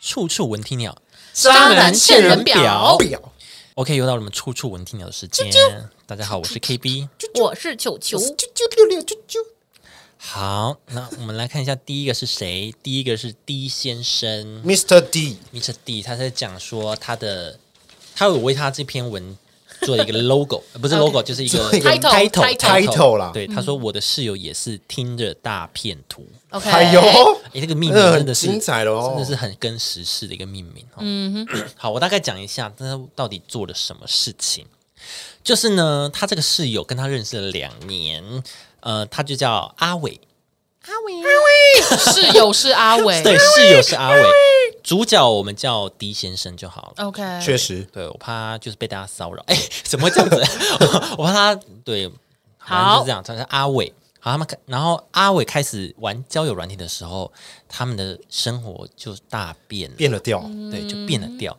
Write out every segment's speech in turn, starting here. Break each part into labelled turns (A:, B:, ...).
A: 处处闻啼鸟。
B: 渣男欠人表。
C: 表
A: OK，又到了我们处处闻啼鸟的时间。大家好，我是 KB。
B: 我是球球，
C: 啾啾六六啾啾，
A: 好，那我们来看一下第一个是谁？第一个是 D 先生
C: Mr. D，
A: ，Mr. D，他在讲说他的，他有为他这篇文做了一 个 logo，呃不是 logo，就是一个
C: 做一个
B: Title，
C: title 啦嗯
A: 对，他说我的室友也是听着大片图。
B: OK，
C: 哎呦，
A: 哎，这个命名
C: 那
A: 真
C: 很
A: 的是
C: 精彩了哦
A: 真的是很跟时事的一个命名、哦。嗯哼， 好，我大概讲一下他到底做了什么事情。就是呢，他这个室友跟他认识了两年，呃，他就叫阿伟，
B: 室友是阿哎 伟，
A: 对，室友是阿伟，主角我们叫狄先生就好了。
B: ，OK，
C: 确实
A: 对，我怕他就是被大家骚扰，哎，怎么会这样子？ 我怕他对，反正就
B: 好
A: 是这样。他是阿伟，好，他们开然后阿伟开始玩交友软体的时候，他们的生活就大变了。
C: 变了调，
A: 对，就变了调。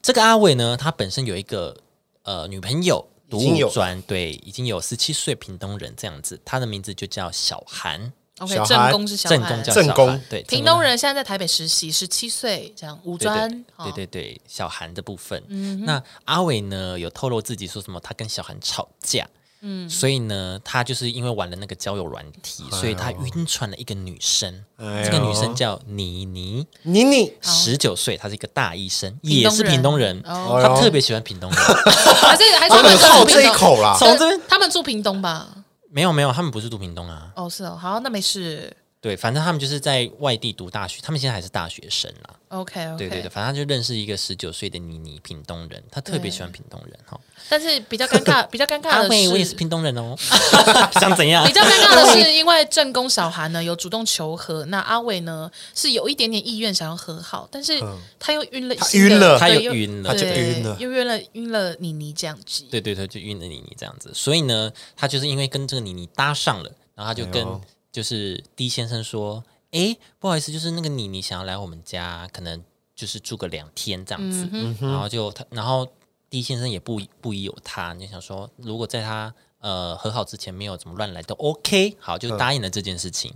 A: 这个阿伟呢，他本身有一个呃女朋友，读
C: 经有
A: 五专，对，已经有十七岁屏东人这样子，他的名字就叫小韩，
C: 小
B: OK，
C: 孩
B: 正宫是小
A: 正宫
B: 孩
A: 叫，
C: 正
A: 小
C: 宫
A: 韩对，
B: 屏
A: 正宫
B: 东人现在在台北实习，十七岁，这样五
A: 对对
B: 专，哦嗯
A: 对对对，小韩的部分。那阿伟呢，有透露自己说什么，他跟小韩吵架。嗯，所以呢，他就是因为玩了那个交友软体，所以他晕船了一个女生。
C: 哎哎
A: 这
C: 呦
A: 个女生叫妮妮，
C: 妮妮
A: 十九岁，她是一个大医生，
B: 屏
A: 也
B: 东
A: 是
B: 人
A: 屏东人。
B: 哦
A: 她特别喜欢屏东人，
B: 还是啊还是
C: 他
B: 他
C: 们
B: 们
C: 啊靠
B: 住屏
C: 这一
B: 东，
C: 口啦，
A: 从这边
B: 他们住屏东吧？
A: 没有没有，他们不是读屏东啊。
B: 哦，是哦，好，那没事
A: 对，反正他们就是在外地读大学，他们现在还是大学生啦。
B: ，OK OK，
A: 对对对，反正他就认识一个十九岁的妮妮，屏东人，他特别喜欢屏东人哈。
B: 但是比较尴尬，比较尴尬
A: 阿
B: 的
A: 妹，
B: 是，
A: 我也是屏东人哦， 想怎 样
B: 比？较尴尬的是，因为正宫小韩呢有主动求和，那阿伟呢是有一点点意愿想要和好，但是他又晕了
C: 他
B: 新的，
C: 晕
A: 嗯
C: 了
A: 他
B: 对
A: 又晕了
B: 对
A: 他
C: 就晕了
B: 又晕了，晕了妮妮这样子。
A: 对对对，就晕了妮妮这样子。所以呢，他就是因为跟这个妮妮搭上了，然后他就
C: 哎
A: 跟
C: 呦
A: 就是狄先生说：“哎，不好意思，就是那个妮妮想要来我们家，可能就是住个两天这样子。
C: 嗯
A: 然后就他，然后狄先生也不不疑有他，就想说，如果在他呃和好之前没有怎么乱来都 OK，好，就答应了这件事情。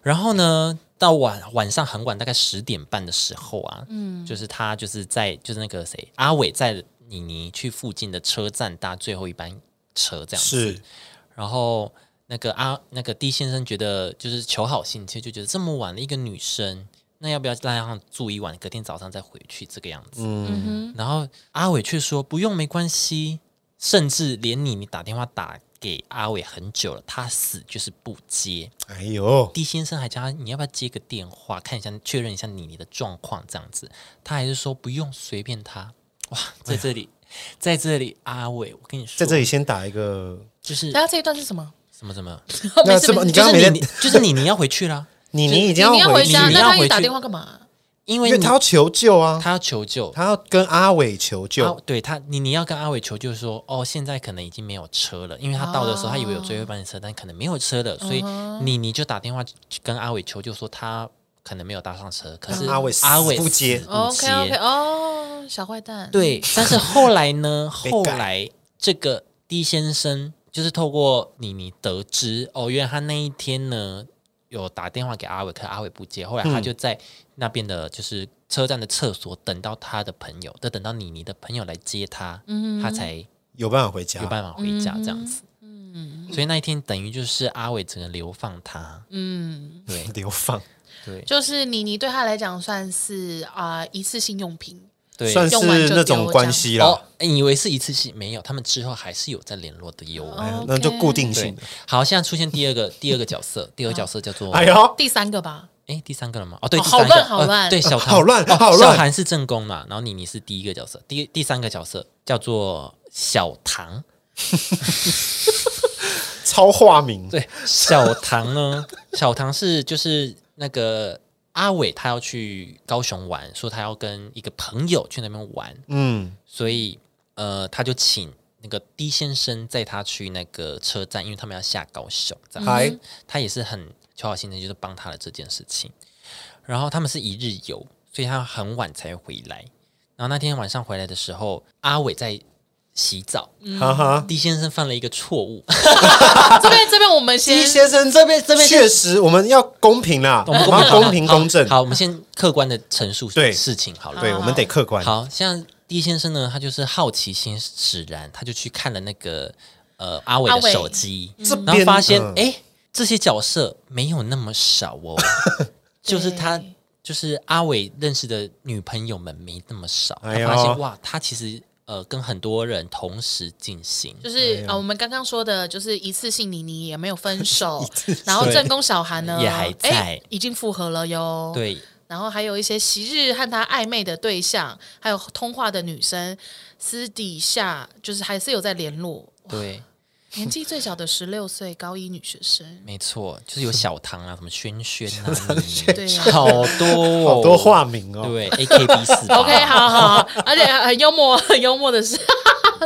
A: 然后呢，到晚晚上很晚，大概十点半的时候啊，嗯，就是他就是在就是那个谁阿伟在妮妮去附近的车站搭最后一班车这样子，
C: 是
A: 然后那个阿、那个 D 先生觉得就是求好心切，就觉得这么晚了一个女生，那要不要让她住一晚，隔天早上再回去这个样子？嗯，然后阿伟却说不用，没关系，甚至连你你打电话打给阿伟很久了，他死就是不接。
C: 哎呦，
A: D 先生还叫他你要不要接个电话看一下，确认一下你你的状况这样子，他还是说不用，随便他。哇，在这里，在这里，阿伟，我跟你说，
C: 哎在这里先打一个，
A: 就是
B: 大家这一段是什么？
A: 什么什么。
C: 那
B: 哦没事
C: 这么
B: 没
C: 你
B: 事
A: 就
C: 刚
A: 是
C: 刚
A: 你
C: 没
A: 你就是你你要回去啦，
C: 妮妮已经
B: 你要
C: 回
B: 回
C: 去
B: 家，
A: 你
B: 那
A: 要
B: 他
A: 回
B: 你打
A: 去
B: 电话干嘛？
A: 因为
C: 因为
A: 你
C: 他要求救啊，
A: 他要求救，
C: 他要跟阿伟求
A: 他
C: 救，
A: 啊对他你你要跟阿伟求救说哦，现在可能已经没有车了，因为他到的时候他以
C: 哦
A: 为有最后一班的车，但可能没有车了，所以
C: 嗯
A: 你你就打电话去跟阿伟求救说他可能没有搭上车，可是
C: 但阿伟死
A: 阿伟
C: 不接
A: 死不
B: OK OK
A: 接，
B: 哦，小坏蛋。，
A: 对，但是后来呢，
C: 被
A: 后
C: 改
A: 来这个 D 先生就是透过你你得知哦，原来他那一天呢有打电话给阿伟，可阿伟不接，后来他就在那边的就是车站的厕所等到他的朋友，再等到妮妮的朋友来接他，
C: 嗯
A: 他才
C: 有办法回家
A: 有，办法回家这样子。
C: 嗯
A: 所以那一天等于就是阿伟整个流放他，
B: 嗯，
A: 对
C: 流放
A: 对
B: 就是妮妮对他来讲算是啊、一次性用品。
A: 对。
C: 嗯算
B: 用完
C: 是
B: 就
C: 那
B: 丢
C: 种
B: 这
C: 关
B: 样
C: 系
A: 哦
C: 啦，，
A: 你以为是一次性没有，他们之后还是有在联络的哟。
C: 哎呀
B: 哦 OK
C: 那就固定
A: 对
C: 性的，，
A: 好，现在出现第二个第二个角色，第二个角色叫做
C: 哎呦，
B: 第三个吧，
A: 诶第三个了吗？哦，对，
B: 哦
A: 第三个
B: 好乱好
A: 呃
B: 乱
A: 对，小韩
C: 好乱
A: 哦
C: 好乱
A: 小韩是正宫嘛，然后妮妮是第一个角色，第第三个角色叫做小唐，
C: 超化名，
A: 对，小唐 呢，小唐是就是那个阿伟，他要去高雄玩，说他要跟一个朋友去那边玩，
C: 嗯，
A: 所以呃，他就请那个 D 先生载他去那个车站，因为他们要下高雄，这
B: 嗯
A: 样
C: 还
A: 他也是很求好心的，就是帮他了这件事情。然后他们是一日游，所以他很晚才回来。然后那天晚上回来的时候，阿伟在洗澡，
B: 嗯
C: 哈哈。
A: D 先生犯了一个错误。
B: 这边这边我们先
C: D 先生这边这
A: 边
C: 确实，我们要公平啦， 我们要公平公正。
A: 好，我们先客观的陈述
C: 对
A: 事情好了。
C: 对，
B: 好
C: 我们得客观。
A: 好像 D 先生呢，他就是好奇心使然，他就去看了那个呃阿伟
B: 阿伟
A: 的手机，
C: 这
A: 然后
C: 边
A: 发现
C: 嗯
A: 哎、诶这些角色没有那么少 哦，就是他
B: 对
A: 就是阿伟认识的女朋友们没那么少，他
C: 哎呦
A: 发现哇，他其实呃跟很多人同时进行，
B: 就是啊、呃我们刚刚说的，就是一次性妮妮也没 有分手，然后正宫小韩呢
A: 也还在
B: 哎已经复合了
C: 哦
B: 哟。，
A: 对，
B: 然后还有一些昔日和他暧昧的对象，还有通话的女生，私底下就是还是有在联络。
A: 对，
B: 年纪最小的十六岁高一女学生，
A: 没错，就是有小唐啊，什么轩轩 啊，
B: 对
A: 你
B: 呀、
A: 好多、哦、
C: 好多化名哦，
A: 对 A K B 四
B: OK，好好，好，而且很幽默， 很幽默的是，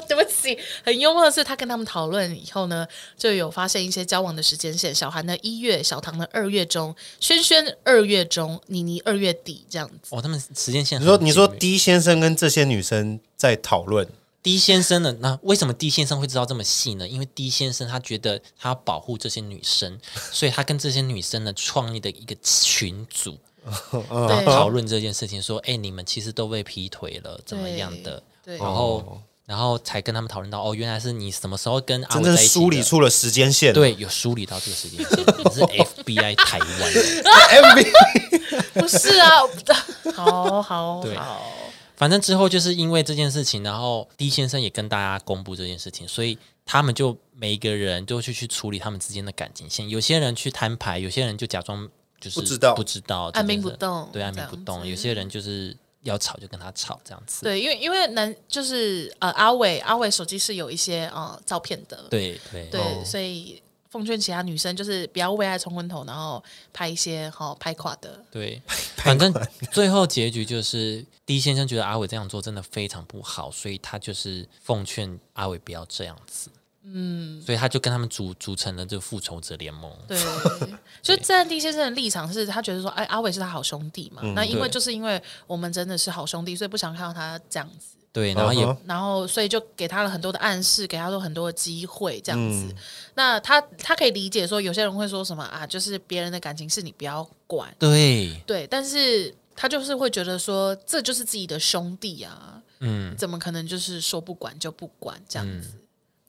B: 对不起，很幽默的是，他跟他们讨论以后呢，就有发现一些交往的时间线，小韩的一月，小唐的二月中，轩轩二月中，妮妮二月底这样子。
A: 哦，他们时间线
C: 你
A: 很
C: 说
A: 紧密。
C: 你说 D 先生跟这些女生在讨
A: 啊
C: 论，
A: D 先生呢？那为什么 D 先生会知道这么细呢？因为 D 先生他觉得他要保护这些女生，所以他跟这些女生呢创立的一个群组
B: 对，
C: 嗯
A: 讨论这件事情，说：“哎、你们其实都被劈腿了，怎么样的哦
B: 对？”对
A: 然后，然后才跟他们讨论到哦，原来是你什么时候跟阿
C: 真
A: 伟
C: 正
A: 在一起
C: 梳理
A: 的
C: 出了时间线。
A: 对，有梳理到这个时间线，你 是 FBI 台湾的。
C: ，MV
B: 不是啊，好好
A: 对
B: 好，
A: 反正之后就是因为这件事情，然后 D 先生也跟大家公布这件事情，所以他们就每一个人都去去处理他们之间的感情线。有些人去摊牌，有些人就假装就是
C: 不知道
A: 不知道，
B: 按兵
A: 这
B: 不
A: 件事
B: 动
A: 对，按
B: 这
A: 兵
B: 样
A: 不动。
B: 子
A: 有些人就是要吵就跟他吵这样子，
B: 对，因为因为男就是呃阿伟，阿伟手机是有一些呃照片的，
A: 对对
B: 对，
A: 哦
B: 所以奉劝其他女生就是不要为爱冲昏头，然后拍一些好、拍垮的。
A: 对，反正最后结局就是 D 先生觉得阿伟这样做真的非常不好，所以他就是奉劝阿伟不要这样子。嗯，所以他就跟他们组组成了这个复仇者联盟。
B: 对，所以站在丁先生的立场是，他觉得说，哎，阿伟是他好兄弟嘛，那因
A: 嗯
B: 为
A: 对
B: 就是因为我们真的是好兄弟，所以不想看到他这样子，
A: 对，然后也
C: 嗯哼
B: 然后所以就给他了很多的暗示，给他了很多的机会，这样子。
A: 嗯
B: 那他他可以理解说，有些人会说什么啊，就是别人的感情事你不要管，
A: 对，
B: 对，但是他就是会觉得说，这就是自己的兄弟啊，
A: 嗯，
B: 怎么可能就是说不管就不管这样子？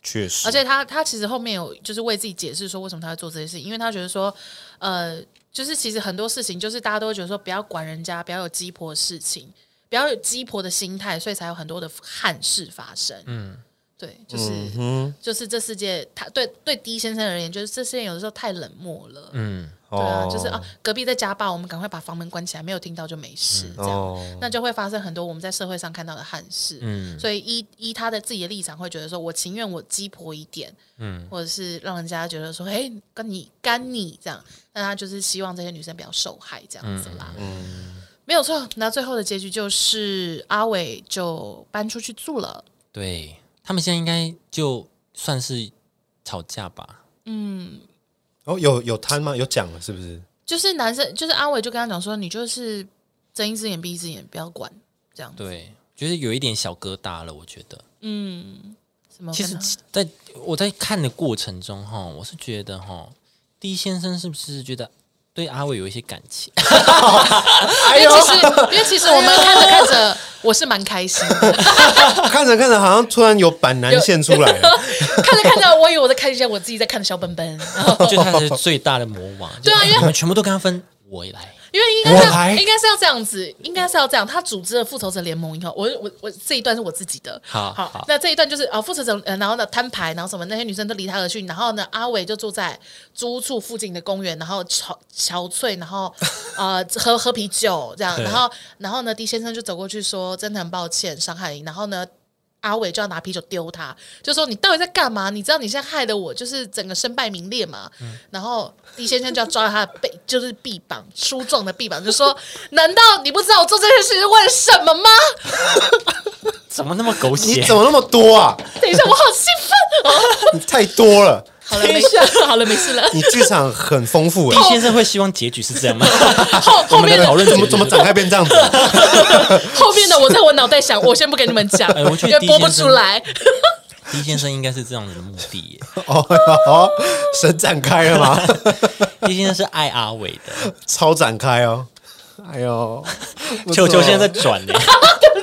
C: 确实，
B: 而且他他其实后面有就是为自己解释说为什么他会做这些事情，因为他觉得说，呃，就是其实很多事情就是大家都会觉得说不要管人家，不要有鸡婆的事情，不要有鸡婆的心态，所以才有很多的憾事发生。嗯，对，就是、
C: 嗯
B: 就是这世界，他对对 D 先生而言，就是这世界有的时候太冷漠了。
A: 嗯，
B: 对啊，
C: 哦
B: 就是啊，隔壁在家暴，我们赶快把房门关起来，没有听到就没事，这样、
C: 哦，
B: 那就会发生很多我们在社会上看到的憾事。嗯，所以依依他的自己的立场，会觉得说我情愿我鸡婆一点，嗯，或者是让人家觉得说，哎，跟你干你这样，那他就是希望这些女生不要受害这样子啦。嗯，没有错。那最后的结局就是阿伟就搬出去住了。
A: 对他们现在应该就算是吵架吧。
C: 哦，有有摊吗？有讲了是不是？
B: 就是男生，就是阿伟就跟他讲说，你就是睁一只眼闭一只眼，不要管这样子。
A: 对，就是有一点小疙瘩了，我觉得。
B: 什么跟
A: 其
B: 他？
A: 实在，我在看的过程中，哈，我是觉得，哈，第一先生是不是觉得对阿伟有一些感情？
C: 哎
B: 因为其实，因为其实我
A: 哎
B: 们看着看着，我是蛮开 心的。
C: 看着看着，好像突然有板南线出来了。
B: 看着看着，我以为我在看一些我自己在看的小本本， 然后
A: 就他是最大的魔王。就
B: 对啊
A: 哎
B: 因为
A: 你们全部都跟他分，我也来。
B: 因为应该是
C: 我
B: 要
C: 来
B: 应该是要这样子，应该是要这样。他组织了复仇者联盟以后，我我我这一段是我自己的。
A: 好
B: 好
A: 好，
B: 那这一段就是啊，复仇者，呃然后呢摊牌，然后什么那些女生都离他而去，然后呢阿伟就住在租处附近的公园，然后憔憔悴，然后呃喝喝啤酒这 样，
A: 对
B: 然后然后呢 D 先生就走过去说真的很抱歉伤害你，然后呢。阿伟就要拿啤酒丢他，就说你到底在干嘛？你知道你现在害得我就是整个身败名裂嘛。
A: 嗯
B: 然后李先生就要抓他的背，就是臂膀，粗壮的臂膀，就说： 难道你不知道我做这件事是为了什么吗？
A: 怎么那么狗
C: 你
A: 血？
C: 怎么那么多啊？
B: 等一下，我好兴奋哦！
C: 你太多了。
B: 好了，没 事了，好了，没事 了。
C: 你剧场很丰 富哎
A: 李，先生会希望结局是这样吗？
B: 后后面的
A: 讨论
C: 怎么怎么展开变这样子？
B: 后面的我在我脑袋想，我 先不跟你们讲，
A: 哎我觉得
B: 因为
A: 第一
B: 播不
A: 先生
B: 出来。
A: 李先生应该是这样子的目的 耶。
C: 哦哦，神展开了吗？
A: 李先生是爱阿伟的，
C: 超展开哦！哎呦，不错
A: 球球现在在转呢。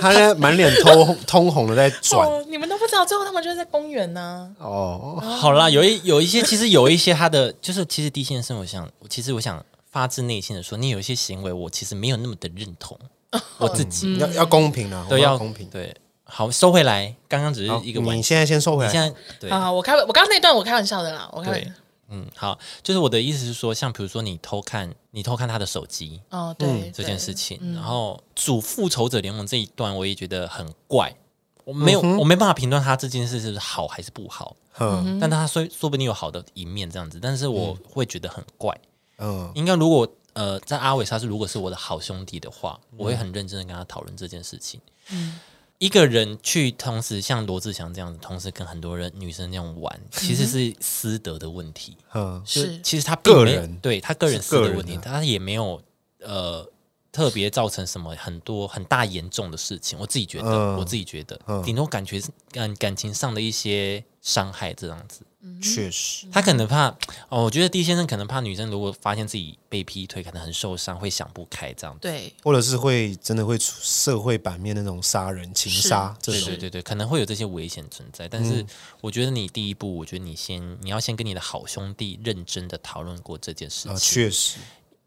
C: 他现在满脸通通红的在转
B: 哦，你们都不知道，最后他们就是在公园呢、
C: 哦，
A: 好啦，有一有一 些，其实有一些他的，就是其实狄先生，我想，其实我想发自内心的说，你有一些行为，我其实没有那么的认同， 嗯我自己、
B: 嗯
C: 要要公平啊，我
A: 对
C: 们
A: 要
C: 公平。
A: 对，好收回来，刚刚只是
C: 好
A: 一个玩
C: 你
A: 笑，
C: 现在先收回
A: 你现
C: 来。
A: 在对
B: 啊，我开我刚刚那段我开玩笑的啦，我开玩
A: 对，嗯，好，就是我的意思是说，像比如说你偷看你偷看他的手机
B: 哦，对
A: 嗯
B: 嗯
A: 这件事
B: 情，
A: 情，然后主复仇者联盟这一段，我也觉得很怪。我没有，
B: 嗯
A: 我没办法评断他这件事是不是好还是不好，
C: 嗯
A: 但他说说不定有好的一面这样子，但是
B: 嗯
A: 我会觉得很怪。
C: 嗯，
A: 应该如果呃，在阿伟莎是如果是我的好兄弟的话，我会很认真的跟他讨论这件事情。
B: 嗯
A: 一个人去同时像罗志祥这样子，同时跟很多人女生这样玩，其
B: 嗯
A: 实是私德的问题。
C: 嗯
A: 就是其实他并没有
C: 个人
A: 对他个人
C: 是
A: 私德
C: 个人啊
A: 问题，
C: 的
A: 他也没有呃特别造成什么很多很大严重的事情。我自己觉得，
C: 嗯
A: 我自己觉得，
C: 嗯
A: 顶多感觉是感感情上的一些伤害这样子。
C: 确实，
A: 他可能怕哦，我觉得 D 先生可能怕女生如果发现自己被劈腿，可能很受伤，会想不开这样子。
B: 对，
C: 或者是会真的会出社会版面那种杀人、情杀这嗯
A: 对
C: 种
A: 对对对，可能会有这些危险存在。但是我觉得你第一步，我觉得你先你要先跟你的好兄弟认真的讨论过这件事
C: 啊，
A: 情。
C: 确实，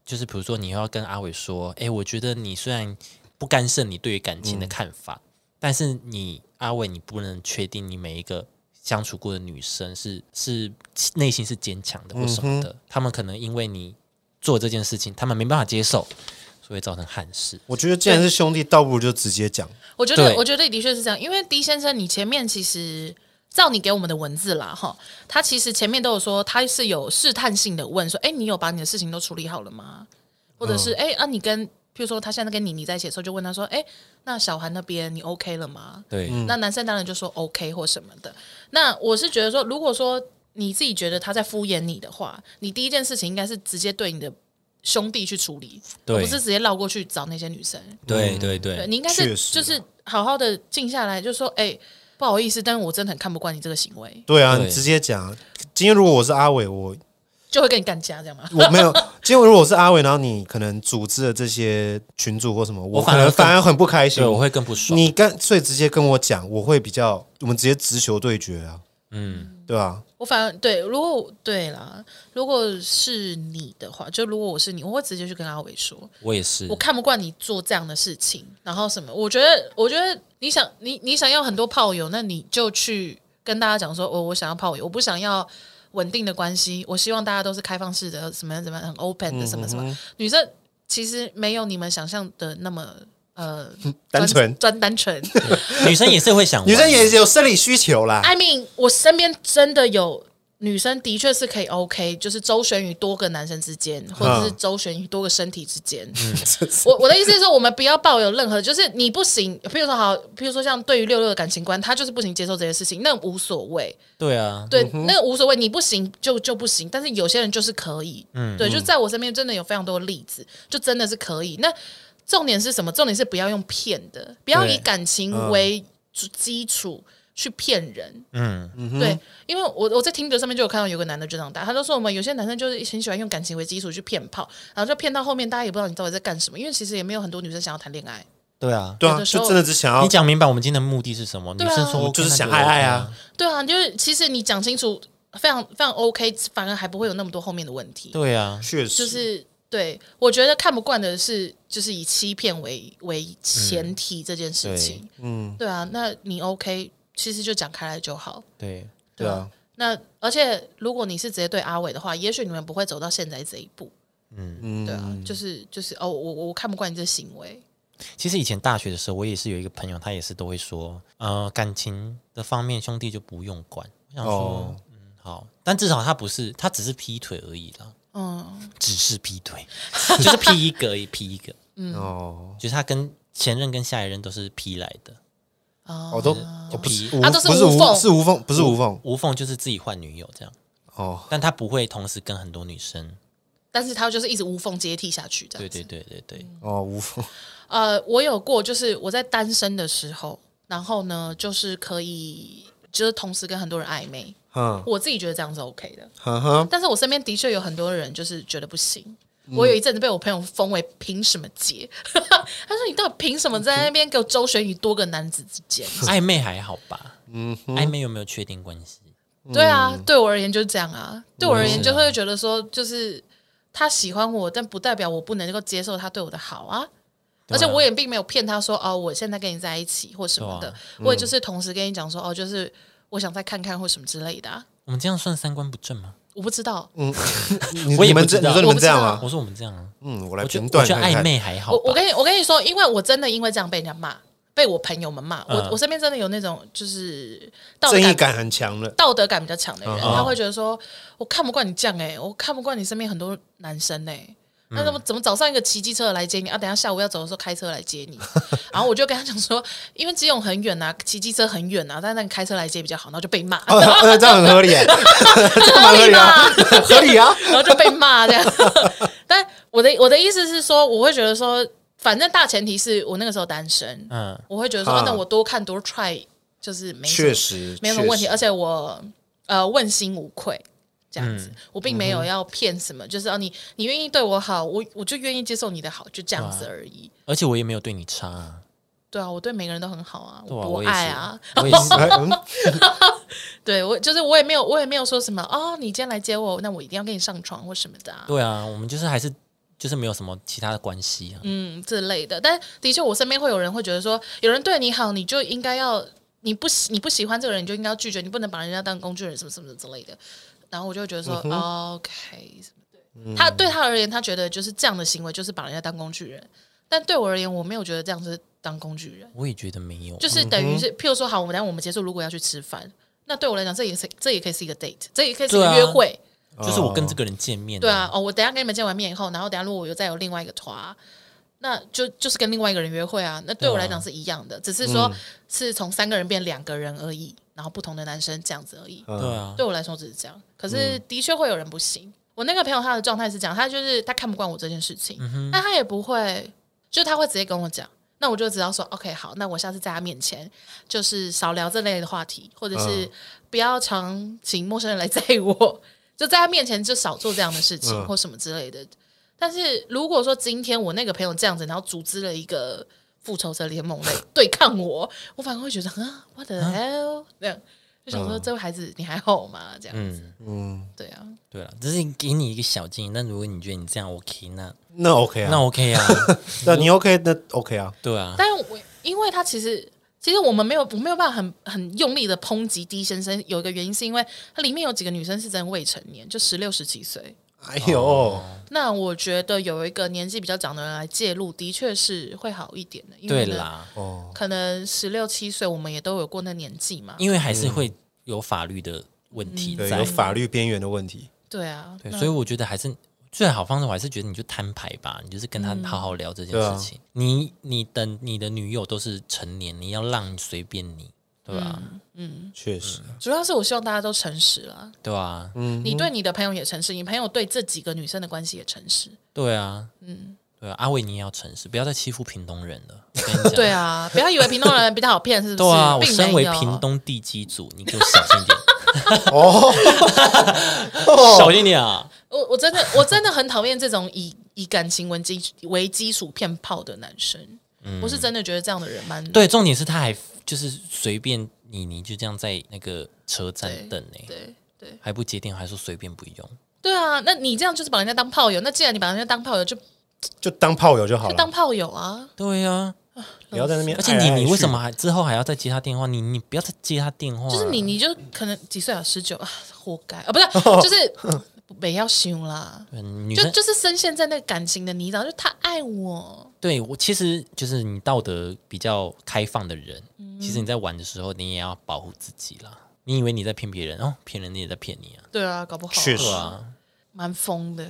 A: 就是比如说，你要跟阿伟说，哎，我觉得你虽然不干涉你对于感
C: 嗯
A: 情的看法，但是你阿伟，你不能确定你每一个。相处过的女生是是内心是坚强的或什
C: 嗯
A: 么的，他们可能因为你做这件事情，他们没办法接受，所以造成憾事。
C: 我觉得既然是兄弟，倒不如就直接讲。
B: 我觉得
A: 对
B: 我觉得的确是这样，因为 D 先生，你前面其实。照你给我们的文字啦，哈，他其实前面都有说他是有试探性的问说，哎、你有把你的事情都处理好了吗？或者
A: 嗯
B: 是哎、诶啊，你跟，譬如说他现在跟你你在一起的时候，就问他说，哎、那小韩那边你 OK 了吗？
A: 对，
C: 嗯
B: 那男生当然就说 OK 或什么的。那我是觉得说，如果说你自己觉得他在敷衍你的话，你第一件事情应该是直接对你的兄弟去处理，
A: 对
B: 哦而不是直接绕过去找那些女生。
C: 嗯
A: 对对对
B: 对你应该是
C: 确实啊
B: 就是好好的静下来，就说哎、不好意思，但是我真的很看不惯你这个行为，
C: 对啊，
A: 对
C: 你直接讲。今天如果我是阿伟，我
B: 就会跟你干架这样吗？
C: 我没有。今天如果我是阿伟，然后你可能组织了这些群主或什么，我
A: 反
C: 可
A: 而
C: 能
A: 更
C: 反而很不开心
A: 对，。我会更不爽。
C: 你干脆直接跟我讲，我会比较，我们直接直球对决啊，
A: 嗯，
C: 对啊吧？
B: 我反而对，如果对啦，如果是你的话，就如果我是你，我会直接去跟阿伟说，
A: 我也是
B: 我。看不惯你做这样的事情，然后什么？我觉得，我觉得你想你你想要很多炮友，那你就去跟大家讲说，哦我、我想要炮友，我不想要稳定的关系，我希望大家都是开放式的，什么什么很 open 的，什么什么。
C: 嗯
B: 女生其实没有你们想象的那么呃
C: 单
B: 专
C: 纯
B: 专单纯。
A: 女生也是会想玩，
C: 女生也有生理需求啦，
B: I mean，我身边真的有女生，的确是可以 OK，就是周旋于多个男生之间，或者是周旋于多个身体之间。 我我的意思是说，我们不要抱有任何，就是你不行，比如说好，比如说像对于六六的感情观，他就是不行接受这些事情，那无所谓，
A: 对啊，
B: 对，那个无所谓，你不行就就不行。但是有些人就是可以，
A: 嗯
B: 对，就在我身边真的有非常多的例子，就真的是可以。那重点是什么？重点是不要用骗的，不要
A: 对
B: 以感情为主基础去骗人。
A: 嗯，
B: 对，因为我我在听着上面就有看到有个男的就这样打，他就说我们有些男生就是很喜欢用感情为基础去骗炮，然后就骗到后面大家也不知道你到底在干什么，因为其实也没有很多女生想要谈恋爱，
A: 对啊。
C: 对啊
B: 有，的时
C: 就
B: 候
C: 真的只想要
A: 你，讲明白我们今天的目的是什么？女
B: 啊
A: 生说
C: 我
A: OK，
C: 就是
A: 那
C: 想爱爱
A: OK
C: 啊。
B: 对啊，就是其实你讲清楚非常非常 OK，反而还不会有那么多后面的问题，
A: 对啊，
C: 确实
B: 就是。对，我觉得看不惯的是，就是以欺骗为为前提这件事情。嗯，对啊，那你 OK，其实就讲开来就好。
A: 对，
C: 对啊，
B: 那而且如果你是直接对阿伟的话，也许你们不会走到现在这一步。嗯，对啊，就是就是哦，我我我看不惯你这行为，
A: 其实以前大学的时候，我也是有一个朋友，他也是都会说，呃，感情的方面兄弟就不用管。我想说，
C: 哦
A: 嗯，好，但至少他不是，他只是劈腿而已啦，
B: 嗯，
A: 只是劈腿， 就是劈一个而已， 劈一个，
B: 嗯
C: 哦，
A: 就是他跟前任跟下一任都是劈来的。
B: 啊、
C: 我都
A: 就
C: 我不是
A: 皮
C: 无
B: 啊都是
C: 不是
B: 无缝
C: 无是无缝，不是无缝
A: 无缝就是自己换女友这样，
C: 哦，
A: 但他不会同时跟很多女生。
B: 但是他就是一直无缝接替下去这
A: 对
B: 样子。
A: 对对对对，
C: 哦，无缝
B: 呃，我有过，就是我在单身的时候，然后呢，就是可以就是同时跟很多人暧昧，
C: 嗯，
B: 我自己觉得这样是 OK 的。
C: 哈哈，
B: 但是我身边的确有很多人就是觉得不行。我有一阵子被我朋友封为凭什么结， 他说你到底凭什么在那边给我周旋于多个男子之间？
A: 暧昧还好吧？
C: 嗯
A: 暧昧有没有确定关系？
B: 对啊，对我而言就是这样啊。对我而
A: 嗯
B: 言就会觉得说，就是他喜欢我，但不代表我不能够接受他对我的好啊。而且我也并没有骗他说哦，我现在跟你在一起或什么
A: 对
B: 的，
A: 啊
B: 我也就是同时跟你讲说哦，就是我想再看看或什么之类的、啊。
A: 我们这样算三观不正吗？
B: 我不知道，
C: 你
A: 我也
C: 你
A: 不
C: 们
A: 知
C: 这
A: 道
C: 你说你
B: 我
C: 们
B: 不
C: 这样
B: 知道
C: 啊？
A: 我说我们这样啊，
C: 嗯，我来
A: 我觉得
C: 评
A: 我
C: 断
A: 觉得
C: 看
A: 暧
C: 看。
A: 昧还好
B: 我
A: 吧。
B: 我跟你我跟你说，因为我真的因为这样被人家骂，被我朋友们骂，我
A: 嗯
B: 我身边真的有那种就是道德
C: 正义
B: 感
C: 感很 强的，
B: 道德感比较强的人，
C: 嗯
B: 他会觉得说，我看不惯你这样哎、我看不惯你身边很多男生哎、那怎么怎么早上一个骑机车来接你啊？等一下下午要走的时候开车来接你， 然后我就跟他讲说，因为基隆很远呐、啊，骑机车很远呐、啊，但那你开车来接比较好，然后就被骂，
C: 哦， 呃这样很合理耶，这样蛮合理的啊， 合理啊，
B: 然后就被骂这样。 但我的我的意思是说，我会觉得说，反正大前提是我那个时候单身，
A: 嗯，
B: 我会觉得说，
C: 啊
B: 啊那我多看多 try 就是没什么
C: 确实
B: 没有什么问题，而
C: 且
B: 且我呃问心无愧。这样子，我并没有要骗什么，就是哦，你你愿意对我好，我我就愿意接受你的好，就这样子而已。
A: 而且我也没有对你差啊。
B: 对啊，我对每个人都很好啊，
A: 对啊
B: 多
A: 我也是
B: 爱啊，
A: 我也 是，
C: 嗯，
B: 对我就是我也没有我也没有说什么哦，你今天来接我，那我一定要跟你上床或什么的啊，
A: 对啊，我们就是还是就是没有什么其他的关系啊。
B: 嗯之类的。但的确，我身边会有人会觉得说，有人对你好，你就应该要你不喜你不喜欢这个人，你就应该要拒绝，你不能把人家当工具人什么什么之类的。然后我就会觉得说、o
A: 嗯
B: k 什么的。他对他而言，他觉得就是这样的行为就是把人家当工具人，但对我而言，我没有觉得这样是呃当工具人，
A: 我也觉得没有，
B: 就是等于
A: 嗯
B: 是，譬如说，好，我们等一下我们结束，如果要去吃饭，那对我来讲，这也是这也可以是一个 date，这也可以是
A: 对
B: 一个
A: 啊
B: 约会，
A: 就是我跟这个人见面，
B: 对啊，，哦，我等一下跟你们见完面以后，然后等一下如果我又再有另外一个团，那就就是跟另外一个人约会啊，嗯那对我来讲是一样的，只是说是从三个人变两个人而已，然后不同的男生这样子而已。
A: 对啊，
B: 对我来说只是这样，可是的确会有人不行。我那个朋友他的状态是这样，他就是他看不惯我这件事情，但他也不会，就他会直接跟我讲。那我就知道说，OK，好，那我下次在他面前就是少聊这类的话题，或者是不要常请陌生人来载我， 就在他面前就少做这样的事情、
C: 嗯
B: 或什么之类的。但是如果说今天我那个朋友这样子，然后组织了一个复仇者联盟来对抗我，我反而会觉得啊，what the hell？这样就想说，这位孩子你还好吗？这样子，
A: 嗯，
B: 对啊，
A: 对了，只是给你一个小建议。但如果你觉得你这样 OK，那
C: 那 OK
A: 那
C: 啊，
A: OK 啊，
C: 那你 OK 那 OK 啊，
A: 对啊，
B: 但我因为他其实。其实我们没有，我没有办法很很用力的抨击 D 先生。有一个原因是因为它里面有几个女生是真的未成年，就十六十七岁。
C: 哎呦，
A: 哦
B: 那我觉得有一个年纪比较长的人来介入，的确是会好一点的。因为
A: 对
B: 呢，
A: 啦，
C: 哦，
B: 可能十六七岁，我们也都有过那年纪嘛。
A: 因为还是会有法律的问题
C: 嗯
B: 嗯
C: 对，
A: 在
C: 有，法律边缘的问题，
B: 对啊，
A: 对，所以我觉得还是最好方式，我还是觉得你就摊牌吧，你就是跟他好好聊这件
C: 啊
A: 事情。你你等你的女友都是成年，你要让随便你，对吧、
B: 嗯
C: 确实，
A: 嗯
B: 主要是我希望大家都诚实啦。
A: 对啊，
B: 你对你的朋友也诚实，你朋友对这几个女生的关系也诚实。
A: 对啊，嗯，对啊，阿伟你也要诚实，不要再欺负屏东人了。我跟你讲
B: 对啊，不要以为屏东人比较好骗，是不 是？
A: 对啊，我
B: 并
A: 身
B: 没
A: 为
B: 有
A: 屏东地基组，你给我小心一点，
C: 哦，
A: 小心一点啊！
B: 我我真的我真的很讨厌这种以以感情为基为基础骗炮的男生。我是真的觉得这样的人蛮
A: 嗯对，重点是他还就是随便你，你就这样在那个车站等呢、
B: 对对
A: 还不接电话，还说随便不用。
B: 对啊！那你这样就是把人家当炮友，那既然你把人家当炮友，就
C: 就当炮友就好
B: 就当
C: 了，
B: 炮友啊！
A: 对啊，
C: 不要在那边
A: 而
C: 爱
A: 且
C: 来爱去。
A: 你你为什么还之后还要再接他电话？你你不要再接他电话，
B: 就是你，你就可能几岁啊？十九啊，活该啊！不是， 就是不要凶啦。
A: 嗯女
B: 就
A: 生
B: 就是深陷在那个感情的泥沼，就他爱我，
A: 对我其实就是你道德比较开放的人，其实你在玩的时候你也要保护自己啦。你以为你在骗别人哦，骗人你也在骗你啊，
B: 对啊，搞不好
C: 确
A: 对
C: 实
A: 啊。
B: 蛮 疯的，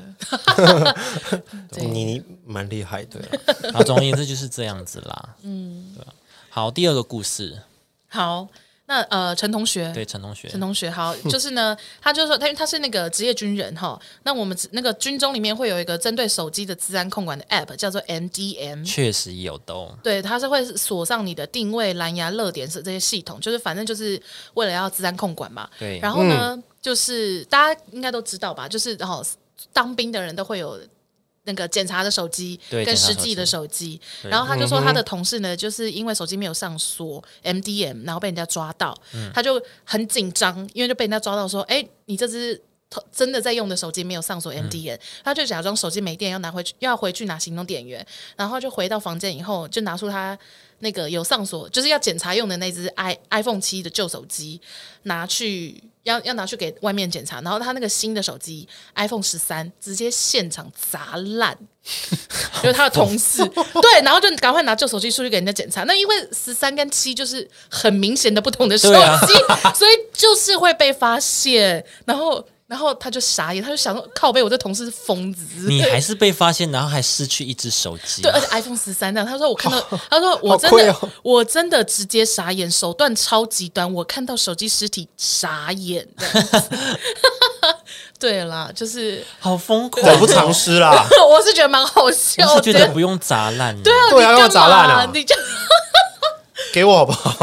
B: 对
C: 你你蛮厉害的，
A: 然 后总而言之就是这样子啦，嗯，对啊。好，第二个故事，
B: 好。那呃，陈同学，
A: 对陈同学
B: 陈，同学，好，就是呢，他就说他因为他是那个职业军人哈，那我们只那个军中里面会有一个针对手机的治安控管的 App，叫做 MDM。
A: 确实有的哦。
B: 对，它是会锁上你的定位、蓝牙、热点是这些系统，就是反正就是为了要治安控管嘛。
A: 对，
B: 然后呢，就是大家应该都知道吧，就是然后、当兵的人都会有那个检查的手机
A: 对
B: 跟
A: 检查
B: 实
A: 手
B: 际的
A: 机
B: 手机。然后他就说他的同事呢，就是因为手机没有上锁 MDM，然后被人家抓到，
A: 嗯
B: 他就很紧张，因为就被人家抓到说，哎，你这只。真的在用的手机没有上锁 MDM，、他就假装手机没电，要拿回去，要回去拿行动电源，然后就回到房间以后，就拿出他那个有上锁，就是要检查用的那只 i iPhone 七的旧手机，拿去要要拿去给外面检查，然后他那个新的手机 iPhone 十三直接现场砸烂，就是他的同 事对，然后就赶快拿旧手机出去给人家检查。那因为十三跟七就是很明显的不同的手机，
A: 对啊
B: 所以就是会被发现，然后。然后他就傻眼，他就想说：“靠背，我这同事是疯子。”
A: 你还是被发现，然后还失去一只手机
B: 对，，而且 iPhone 十三这样，他说我 看到，他说我
C: 好
B: 真
C: 贵
B: 的、
C: 哦
B: 我真的直接傻眼，手段超极端，我看到手机实体傻 眼这样子。对啦，就是。
A: 好疯狂哦！
C: 得不偿失啦
B: 我是觉得蛮好笑
A: 我
B: 的，
A: 是觉得不用砸烂，对
B: 对
C: 对
B: 你
C: 啊要
B: 干
C: 砸烂
B: 嘛
C: 啊
B: 你就、
C: 给我好不好？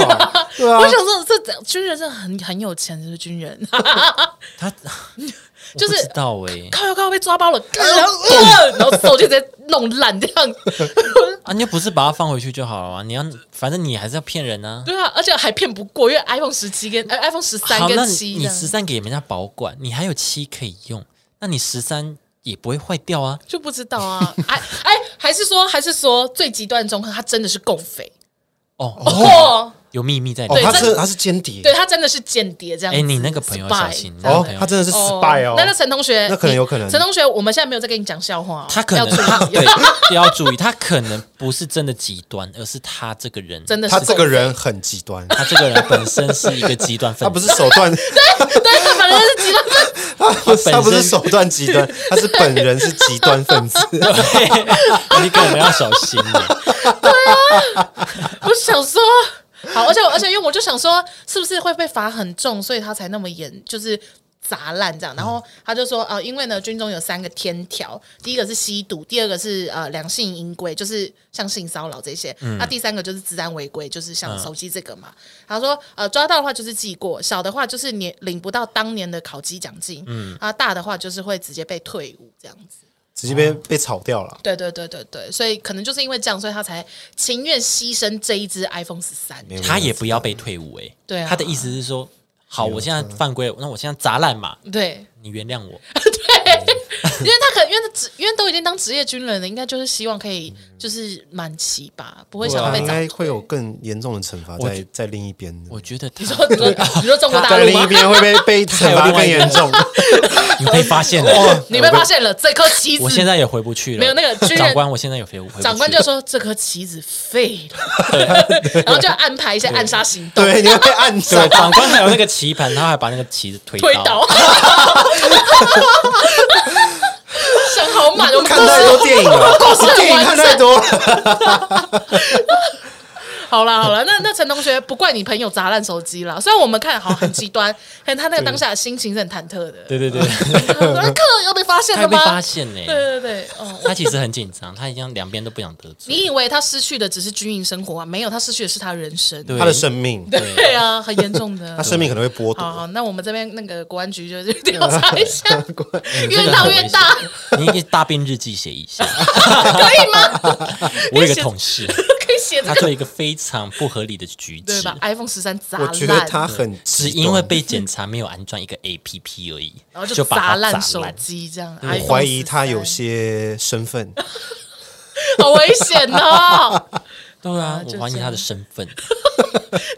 C: 对啊
B: 我，想说，这军人真的很很有钱，是不是军人？啊
A: 他
B: 就是
A: 我不知道哎
B: 靠靠靠，被抓包了，然后、呃然后手就直接弄烂这样。
A: 啊，你就不是把它放回去就好了吗？你要反正你还是要骗人啊。
B: 对啊，而且还骗不过，因为 iPhone 十七跟、呃、iPhone 十三
A: 好，那
B: 跟
A: 你
B: 七
A: 你
B: 这样
A: 十三给人家保管，你还有七可以用，那你十三也不会坏掉啊。
B: 就不知道啊，哎哎，还是说还是说最极端中，他真的是共匪
A: 哦，
B: 哦，
A: 有秘密在里
C: 哦，
A: 面
C: 他。
B: 这
C: 是他是间谍
B: 对，他真的是间谍这样子。
A: 哎，你那个朋友要
B: spy
A: 小心，那个
C: 哦
A: 朋，友
C: 他真的是 spy 哦
B: 那。那陈同学，
C: 那可能
B: 你
C: 有可能
B: 陈同学，我们现在没有在跟你讲笑话哦，
A: 他可
B: 要
A: 能
B: 注
A: 他
B: 意，
A: 对 要注意，他可能不是真的极端，而是他这个人，
B: 真的是
C: 他这
B: 共
C: 个
B: 匪
C: 人，很极端，
A: 他这个人本身是一个极 端分子，
C: 他不是手段，
B: 对，他反正是极端分子，
C: 他
A: 身
C: 他不是手段极端，他是本人是极端分子。
A: 对，你可能要小心 了。
B: 我想说。好，而且而且，因为我就想说，是不是会被罚很重，所以他才那么严，就是砸烂这样。然后他就说，啊，因为呢，军中有三个天条，第一个是吸毒，第二个是呃两性淫规，就是像性骚扰这些，那、第三个就是治安违规，就是像手机这个嘛。他说，呃，抓到的话就是记过，小的话就是年领不到当年的考级奖金，嗯，啊，大的话就是会直接被退伍这样子。
C: 直接被被炒掉了。
B: 对对对对对，所以可能就是因为这样，所以他才情愿牺牲这一只 iPhone 十三。
C: 没有
A: 他也不要被退伍哎，
B: 对啊
A: 他的意思是说，好，我现在犯规了，那我现在砸烂嘛，
B: 对，
A: 你原谅我，
B: 因为他可因为他职因为都已经当职业军人了，应该就是希望可以就是满期吧，不会想要
C: 他
B: 哦被
C: 啊应
B: 找
C: 该会有更严重的惩罚
A: 我
C: 在在另一边的，
A: 我觉得他
B: 你说你说你说中国大
C: 在
B: 陆
C: 另一
B: 吗？
C: 边会被被惩罚得更严重。
A: 你被发 现了，
B: 你被发现了这颗棋
A: 我现
B: 子，
A: 在也回不去了。
B: 哦没有那个军人
A: 长官，我现在也回不去了
B: 长官就说这颗棋子废 了，然后就安排一些暗杀行动，
C: 对，你会被暗杀
A: 对，。啊长官还有那个棋盘，他还把那个棋子推
B: 推倒。 想好满，我们
C: 看太多电影了，电影看太多了。
B: 好啦好啦，那那陈同学不怪你朋友砸烂手机啦，虽然我们看好很极端， 但他那个当下的心情是很忐忑的。
A: 对对对，
B: 克又被发现
A: 他
B: 了
A: 还被
B: 吗？
A: 发现呢、
B: 对对对，哦，
A: 他其实很紧张，他一样两边都不想得罪。
B: 你以为他失去的只是军营生活啊？没有，他失去的是他人生。
A: 对
C: 他的生命，
B: 对啊，很严重的
C: 他。生命可能会剥
B: 好
C: 夺。
B: 好，那我们这边那个国安局就是调查一下，越
A: 这个
B: 闹
A: 很
B: 越
A: 危险
B: 大，
A: 你一个大便日记写一 下，
B: 可以吗？
A: 我有一个同事，
B: 可以写这
A: 他
B: 个
A: 做一个非常不合理的举
B: 对
A: 止，
B: 吧？iPhone 十三砸
C: 我觉得
B: 烂，
C: 他很
A: 只因为被检查没有安装一个 A P P 而已，
B: 然后
A: 就把
B: 砸
A: 它
B: 烂
A: 烂
B: 手机，这样。
C: 我
B: iPhone
C: 怀疑他有
B: 13
C: 些身份，
B: 好危险哦！
A: 对啊
B: 啊，就
A: 我怀疑
B: 这样
A: 他的身份。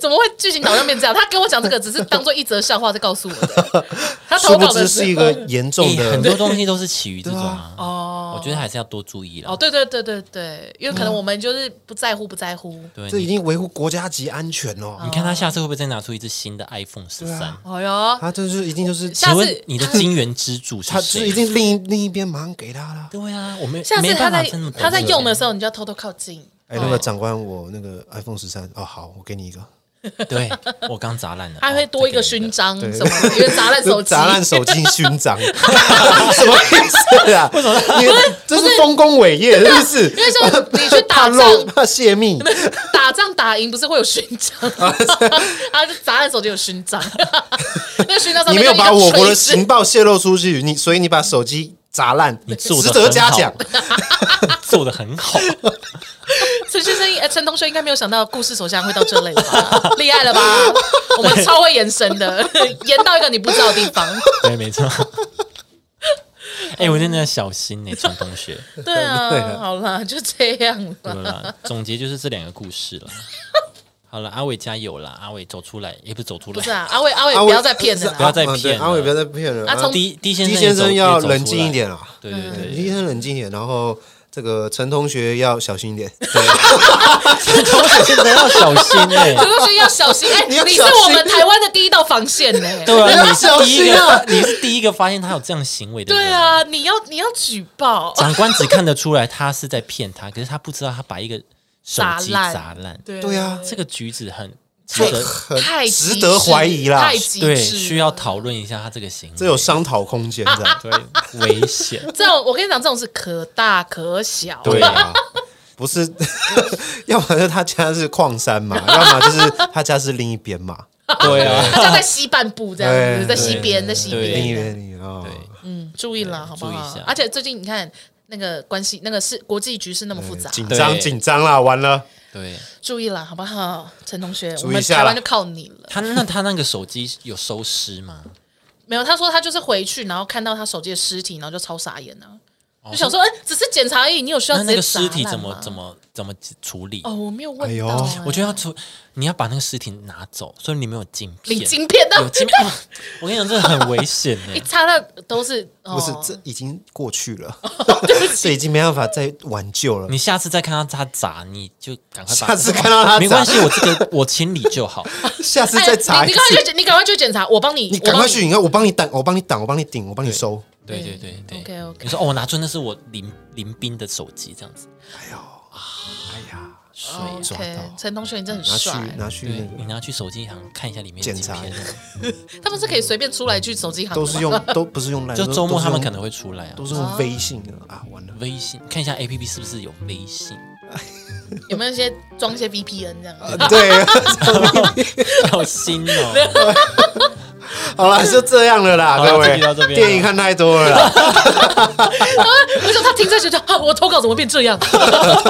B: 怎么会剧情导向变这样？他跟我讲这个，只是当做一则笑话在告诉我的。他投
C: 殊不
B: 稿的
C: 知
B: 时候
C: 是一个严重
A: 诶哎很
C: 的。
A: 多东西都是起于这种啊，哦，我觉得还是要多注意
B: 哦，
A: 了。
B: 对对对对对，因为可能我们就是不在乎，不在乎。
A: 对，
C: 这已
A: 你
C: 经维护国家级安全
A: 你
C: 哦。
A: 看他下次会不会再拿出一只新的 iPhone 十
C: 啊
A: 三？
B: 哎呦，
C: 他这就是一定就是
B: 下
A: 请
B: 次
A: 问你的金元支柱
C: 他
A: 是
C: 就是一
A: 谁？
C: 定另一另一边马上给他了。
A: 对啊，我们
B: 下次
A: 没
B: 他
A: 办法
B: 在
A: 真的
B: 他在用的
A: 候，
B: 时候，你就要偷偷靠近。
C: 哎，那个长官，我那个 iPhone 十三哦，好，我给你一个。
A: 对我刚砸 烂了，
B: 还
A: 哦
B: 会多一个
A: 这给你的
B: 勋章
C: 对
B: 什么的，因为砸烂手机，
C: 砸烂手机勋章，什么意思啊？为什么？你这是丰功伟业，是不是？
B: 因为像你去
C: 怕
B: 打仗，
C: 漏怕泄密，
B: 打仗打赢不是会有勋 章吗？他就砸烂手机有勋章，那勋章上
C: 你
B: 面
C: 没有
B: 就一
C: 把
B: 个
C: 我国
B: 锤
C: 的
B: 子
C: 情报泄露出去，你所以你把手机砸烂，
A: 你做得
C: 值得
A: 很
C: 嘉
A: 好
C: 奖。
A: 做的很 好，
B: 陈先生，呃陈同学应该没有想到故事走向会到这类吧？ 厉害了 吧？我们超会延伸的， 延到一个你不知道的地方。
A: 对，没 错。哎、我真的要小心呢、陈同 学。
B: 对啊，
C: 对啊
B: 好啦，就这样
A: 对
B: 啦。
A: 啦，总结就是这两个故事了。好了，阿伟加油啦！阿伟走出来，也不是走出
B: 不是
A: 来。
B: 啊，阿伟，阿伟
C: 阿
B: 不
C: 伟
B: 要再骗人
A: 不
B: 了
A: 要
B: 啊。
A: 再
C: 啊对
A: 骗了
C: 阿伟，不要再骗人。
B: 啊从
A: 哦第一，第一先生
C: 第
A: 也走，
C: 先生要冷静一
A: 也走出来。
C: 点啊，
A: 对 对
C: 对，
A: 对，
C: 第先生冷静一点，然后这个陈同学要小心一点。
A: 同学真的要小心哎、
B: 陈同学要小心，哎，
C: 你要
B: 你是
C: 小心
B: 我们台湾的第一道防线 呢。
A: 对啊，你
C: 小
A: 是第一
C: 心啊
A: 个，你是第一个发现他有这样行为的人。
B: 对，啊，你要你要举报。
A: 长官只看得出来他是在骗他，可是他不知道他把一个手机
B: 砸烂
A: 砸烂。
B: 对
C: 对啊
A: 这个举止很值
C: 这
A: 得，
C: 很
B: 太极
C: 值
B: 致
C: 得怀疑啦
B: 太，极致了，
A: 对，需要讨论一下他这个行为。
C: 这有商讨空 间啊这样。
A: 对危 险，
B: 这种。我跟你讲，这种是可大可小。
C: 对啊，不是， 要么就他家是矿山嘛，要么就是他家是另一边嘛，
A: 对啊，
B: 他在西半部这样子，在
C: 对
B: 西边，在 西
A: 对
C: 另一
B: 边。
C: 边另一边哦。
B: 嗯，注意了，好不
A: 注意一
B: 好
A: 下？
B: 而且最近你看那个关系，那个是国际局势那么复杂，
C: 紧
A: 对
C: 张紧张啦，完了，
A: 对
B: 注意了，好不好？陈同学，我
C: 注意
B: 们
C: 一下啦
B: 台湾就靠你了。
A: 他那他那个手机有收尸吗？
B: 没有，他说他就是回去，然后看到他手机的尸体，然后就超傻眼啊，就想说，哎，只是检查而已，你有需要
A: 哦那那
B: 直接
A: 个
B: 砸
A: 尸体
B: 烂
A: 怎么
B: 吗
A: 怎么怎么处理？
B: 哦，我没有
C: 哎
B: 问
C: 呦
B: 到哎，
A: 我觉得要出，你要把那个尸体拿走，所以你没有镜片，
B: 领晶片
A: 有
B: 的，
A: 镜片，哇 我跟你讲，这很危险呢
B: 一。擦到都是，
C: 不是
B: 哦
C: 这已经过去了，
A: 哦
C: 这已经没办法再挽救了。
A: 你下次再看到他砸，你就赶快把
C: 下次看到他砸
A: 没关系，我这个我清理就好。
C: 下次
B: 哎
C: 再查
B: 你
C: 一
B: 你赶快
C: 次，
B: 去，你赶快去检查，我帮你，
C: 你
B: 我
C: 赶
B: 帮
C: 快
B: 你
C: 去，你看我帮你挡，我帮你挡，我帮你顶，我帮你收。
A: 对对对对
B: 嗯 OK，OK
A: 你说哦，我拿出那是我林林斌的手机，这样子，
C: 哎呀，
A: 水
B: 哦
C: 抓
B: OK，
C: 到
B: 陈同学，你真的
C: 拿
B: 很
C: 去
B: 帅。
C: 拿去
A: 对
C: 那
A: 你
C: 个
A: 拿去手机行看一下里面的
C: 检
A: 镜
C: 查
A: 片
C: 一下，
B: 他们是可以随便出来去手机行的吗
C: 都是用都不是用来，
A: 就周末他们可
C: 能
A: 能会出来啊
C: 都。是用微信的啊，完了。
A: 微信看一下 A P P 是不是有微信？
B: 有没有一些装一些 VPN 这样？
C: 对，
A: 小心 哦！
C: 好了，就这样了啦，
A: 好啦
C: 各
A: 这
C: 位
A: 集到这边。了
C: 电影看太多 了啦，
B: 我想他听这就觉得，啊我投稿怎么变这样？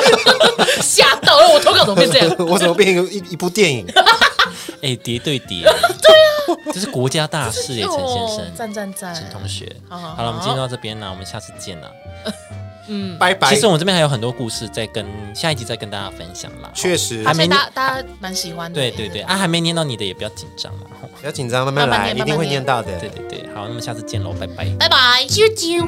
B: 吓到了，我投稿怎么变这 样？
C: 我怎么变成一一部电影？
A: 哎，叠对 叠，对啊，这是国家大事哎，陈先
B: 哦
A: 生、
B: 赞赞
A: 陈
B: 赞！
A: 同学。
B: 好好
A: 好了，我们今天就到这边啦，我们下次见啦。
C: 拜拜。
A: 嗯其实我们这边还有很多故事在跟下一集再跟大家分享啦。
C: 确实
A: 还
B: 而
A: 没
B: 且大家大家蛮喜欢的。
A: 对对对，啊，还没念到你的也不要紧张啦。 吼
C: 不要紧张，慢慢
B: 慢慢
C: 来，
B: 念
C: 一定
B: 慢
C: 会
B: 慢
C: 念到的。
A: 对对对，好，那么下次见喽，拜拜。
B: 拜拜，啾啾。